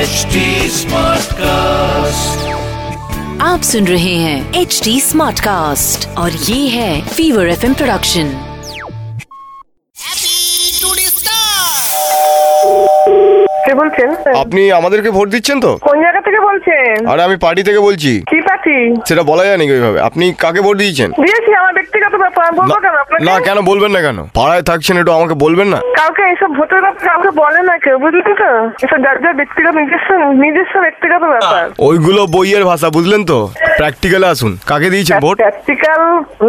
HD Smartcast. आप सुन रहे हैं एच डी स्मार्ट कास्ट और ये है फीवर एफ प्रोडक्शन কে বলছেন আপনি আমাদেরকে ভোট দিচ্ছেন তো কোন জায়গা থেকে বলছেন আর আমি পার্টি থেকে বলছি কি পার্টি সেটা বলা যায় নাকি ওইভাবে আপনি কাকে ভোট দিয়েছেন দিয়েছি আমার ব্যক্তিগত ব্যাপার আমি বলবো না- কেন আপনাকে না কেন বলবেন না কেন পাড়ায় থাকছেন একটু আমাকে বলবেন না কাউকে এইসব ভোটের ব্যাপারে কাউকে বলে না কেউ বুঝলেন তো এসব যার যার ব্যক্তিগত নিজস্ব নিজস্ব ব্যক্তিগত ব্যাপার ওইগুলো বইয়ের ভাষা বুঝলেন তো প্র্যাকটিক্যালে আসুন কাকে দিয়েছেন ভোট প্র্যাকটিক্যাল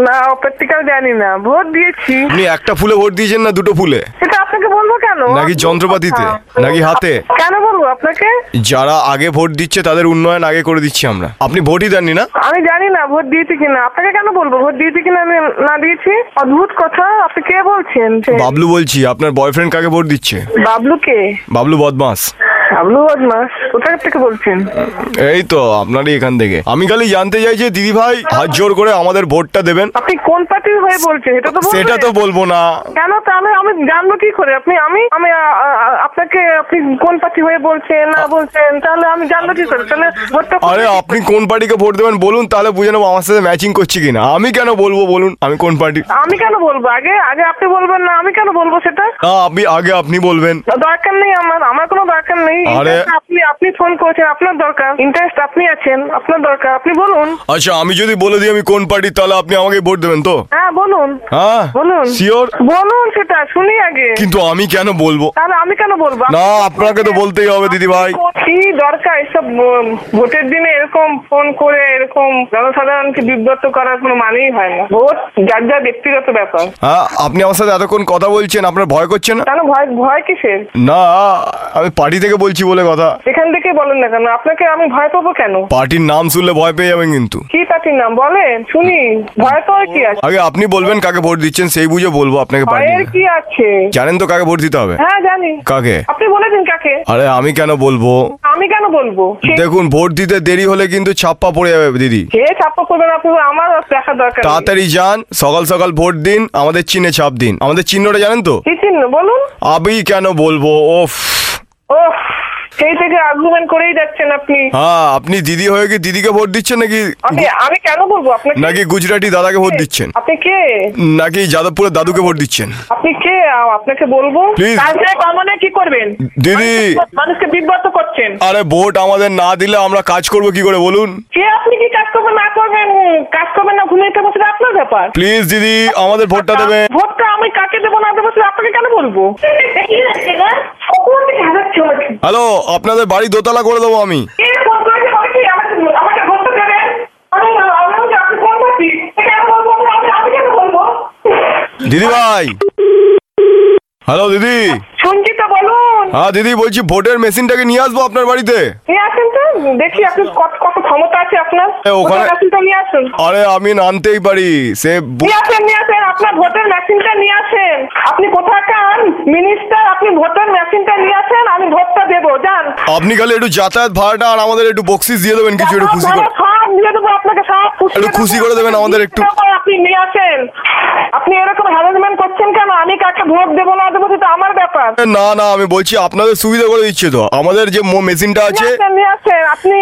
না অপ্র্যাকটিক্যাল জানি না ভোট দিয়েছি আপনি একটা ফুলে ভোট দিয়েছেন না দুটো ফুলে সেটা আপনাকে বলবো কেন হ্যাঁ। নাকি যন্ত্রপাতিতে নাকি হাতে কেন বলবো আপনাকে যারা আগে ভোট দিচ্ছে তাদের উন্নয়ন আগে করে দিচ্ছি আমরা আপনি ভোটই দেননি না আমি জানি না ভোট দিয়েছি কিনা আপনাকে কেন বলবো ভোট দিয়েছি কিনা আমি না দিয়েছি অদ্ভুত কথা আপনি কে বলছেন বাবলু বলছি আপনার বয়ফ্রেন্ড কাকে ভোট দিচ্ছে বাবলু কে বাবলু বদমাস বাবলু বদমাস কোথা থেকে বলছেন এই তো আপনারই এখান থেকে আমি খালি জানতে চাই যে দিদি ভাই হাত জোর করে আমাদের ভোটটা দেবেন আপনি কোন পার্টির হয়ে বলছেন এটা তো বলবেন। সেটা তো বলবো না কেন তাহলে আমি জানবো কি করে আপনি আমি আমি আ- আ- আপনাকে আপনি কোন পার্টি হয়ে বলছেন না বলছেন তাহলে আমি জানবো কি করে তাহলে ভোটটা কোথায় আরে দিতে আপনি কোন পার্টিকে ভোট দেবেন বলুন তাহলে বুঝে নেবো আমার সাথে ম্যাচিং করছে কিনা আমি কেন বলবো বলুন আমি কোন পার্টি আমি কেন বলবো আগে আগে আপনি বলবেন না আমি কেন বলবো সেটা না আপনি আগে আপনি বলবেন দরকার নেই আমার আমার কোনো দরকার নেই আরে- interest আপনি আপনি ফোন করেছেন আপনার দরকার ইন্টারেস্ট আপনি আছেন আপনার দরকার আপনি বলুন আচ্ছা আমি যদি বলে দিই আমি কোন পার্টি তাহলে আপনি আমাকে ভোট দেবেন তো হ্যাঁ বলুন হ্যাঁ বলুন শিওর বলুন সেটা শুনি আগে কিন্তু আমি কেন বলবো তাহলে আমি কেন বলবো না আপনাকে তো বলতেই হবে দিদি ভাই কি দরকার এসব উম, ভোটের দিনে এরকম ফোন করে এরকম জনসাধারণকে বিব্রত করার কোনো মানেই হয় না ভোট যার যার ব্যক্তিগত ব্যাপার হ্যাঁ আপনি আমার সাথে এতক্ষণ কথা বলছেন আপনার ভয় করছে না কেন ভয় ভয় কিসের না আমি পার্টি থেকে বলছি বলে কথা এখান থেকে বলেন না কেন আপনাকে আমি ভয় পাবো কেন পার্টির নাম শুনলে ভয় পেয়ে যাবেন কিন্তু কি পার্টির নাম বলেন শুনি ভয় পাওয়ার কি আছে আগে আপনি বলবেন কাকে ভোট দিচ্ছেন সেই বুঝে বলবো আপনাকে পার্টি ভয়ের কি আছে জানেন তো কাকে ভোট দিতে হবে হ্যাঁ জানি কাকে আপনি বলেছেন কাকে আরে আমি কেন বলবো আমি কেন বলবো সে- দেখুন ভোট দিতে দেরি হলে কিন্তু ছাপ্পা পড়ে যাবে দিদি সে ছাপ্পা করবে না করবে, আমার দেখা দরকার নেই। তাড়াতাড়ি যান সকাল সকাল ভোট দিন আমাদের চিহ্নে ছাপ দিন আমাদের চিহ্নটা জানেন তো কি চিহ্ন বলুন আমি কেন বলবো ওফ ও সেই থেকে আর্গুমেন্ট করেই যাচ্ছেন আপনি হ্যাঁ আপনি দিদি হয়ে কি দিদিকে ভোট দিচ্ছেন নাকি আপনি আমি কেন বলবো আপনাকে নাকি গুজরাটি দাদাকে ভোট দিচ্ছেন আপনি কে নাকি যাদবপুরের দাদুকে ভোট দিচ্ছেন আপনি কে আও, আপনাকে বলবো Please. কাজে কমনে কি করবেন দিদি মানুষকে বিব্রত করছেন আরে ভোট আমাদের না দিলে আমরা কাজ করব কি করে বলুন কে আপনি কি কাজ করবেন না করবেন উম, কাজ করবেন না ঘুমিয়ে থাকবেন সেটা আপনার ব্যাপার প্লিজ দিদি আমাদের ভোটটা দেবেন ভোটটা আমি কাকে দেবো না দেবো সেটা আপনাকে কেন বলবো কি হচ্ছে গো? কখন থেকে হাঁটাচ্ছ আমাকে? হ্যালো আপনাদের বাড়ি দোতলা করে দেবো আমি কে ফোন করেছে আমাকে? আমাকে- আমাকে বলতে দেবেন? আমি আমি বলছি, আপনি ফোন করছি। এ কেন বলবো? আমি- আমি- আমি কেন বলবো? দিদি ভাই হ্যালো দিদি শুনছি তো বলুন হ্যাঁ দিদি বলছি ভোটের মেশিনটাকে নিয়ে আসবো আপনার বাড়িতে নিয়ে আসেন তো দেখি আপনি কত কত ক্ষমতা আছে আপনার এ, ওখানে- ভোটের মেশিনটা নিয়ে আসুন আরে আমি নানতেই পারি সে বু- নিয়ে আসেন নিয়ে আসেন আপনার ভোটের মেশিনটা নিয়ে আসেন আপনি কোথাকার মিনিস্টার আপনি ভোটের মেশিনটা নিয়ে আসেন আমি ভোটটা দেবো যান আপনি খালি একটু যাতায়াত ভাড়াটা আর আমাদের একটু বক্সিস দিয়ে দেবেন কিছু একটু খুশি করে আপনারা সব দিয়ে দেবো আপনাকে সব খুশি একটু খুশি করে দেবেন আমাদের একটু। আপনি নিয়ে আসেন আপনি এরকম হ্যারাসমেন্ট করছেন কেন আমি কাকে ভোট দেবো না দেবো সেটা আমার ব্যাপার না না আমি বলছি আপনাদের সুবিধা করে দিচ্ছে তো আমাদের যে মো- মেশিনটা আছে নিয়ে আসেন, নিয়ে আসেন আপনি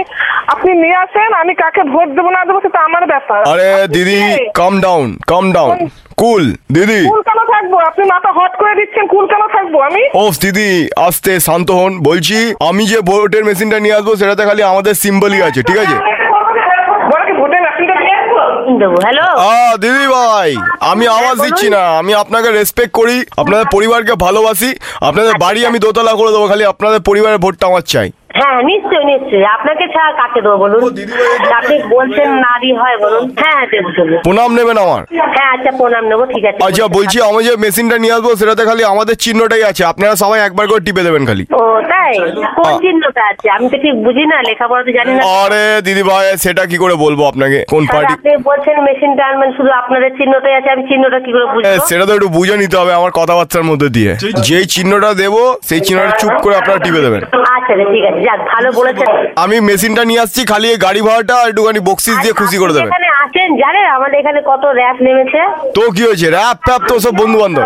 আপনি নিয়ে আসেন আমি কাকে ভোট দেবো না দেবো সেটা আমার ব্যাপার আরে দিদি calm down calm down cool দিদি কুল কেন থাকবো আপনি মাথা হট করে দিচ্ছেন কুল কেন থাকবো আমি ও দিদি আস্তে শান্ত হন বলছি আমি যে ভোটের মেশিনটা নিয়ে আসবো সেটাতে খালি আমাদের সিম্বলই আছে ঠিক আছে আমি একটা ফোন করছি, আমি একটা ফোন করছি। বলো কি ভোটের মেশিনটা নিয়ে আসবো আ দিদি ভাই আমি আওয়াজ দিচ্ছি না আমি আপনাকে রেসপেক্ট করি আপনাদের পরিবারকে ভালোবাসি আপনাদের বাড়ি আমি দোতলা করে দেবো খালি আপনাদের পরিবারের ভোটটা আমার চাই হ্যাঁ নিশ্চয়ই নিশ্চয়ই আপনাকে ছাড়া কাকে দেবো বলুন আপনি বলছেন নারী হয় বলুন হ্যাঁ হ্যাঁ দেবো দেবো প্রণাম নেবেন আমার হ্যাঁ আচ্ছা প্রণাম নেবো ঠিক আছে আচ্ছা বলছি আমি যে মেশিনটা নিয়ে আসবো সেটাতে খালি আমাদের চিহ্নটাই আছে আপনারা সবাই একবার করে টিপে দেবেন খালি ও তাই কোন আ- চিহ্নটা আছে আমি তো ঠিক বুঝি না লেখাপড়া তো জানি না আরে দিদি ভাই সেটা কি করে বলবো আপনাকে কোন আর পার্টি আপনি বলছেন মেশিনটা আনবেন শুধু আপনাদের চিহ্নটাই আছে আমি চিহ্নটা কি করে হ্যাঁ, বুঝবো সেটা তো একটু বুঝে নিতে হবে আমার কথাবার্তার মধ্যে দিয়ে যেই চিহ্নটা দেবো সেই চিহ্নটা চুপ করে আপনারা টিপে দেবেন আচ্ছা আচ্ছা, ঠিক আছে যাক ভালো বলেছেন আমি মেশিনটা নিয়ে আসছি খালি এই গাড়ি ভাড়াটা আর একটুখানি বক্সিস দিয়ে খুশি করে আপনি দেবেন এখানে আসেন জানেন আমাদের এখানে কত র্যাপ নেমেছে তো কি হয়েছে র্যাপ ট্যাপ তো সব বন্ধু বান্ধব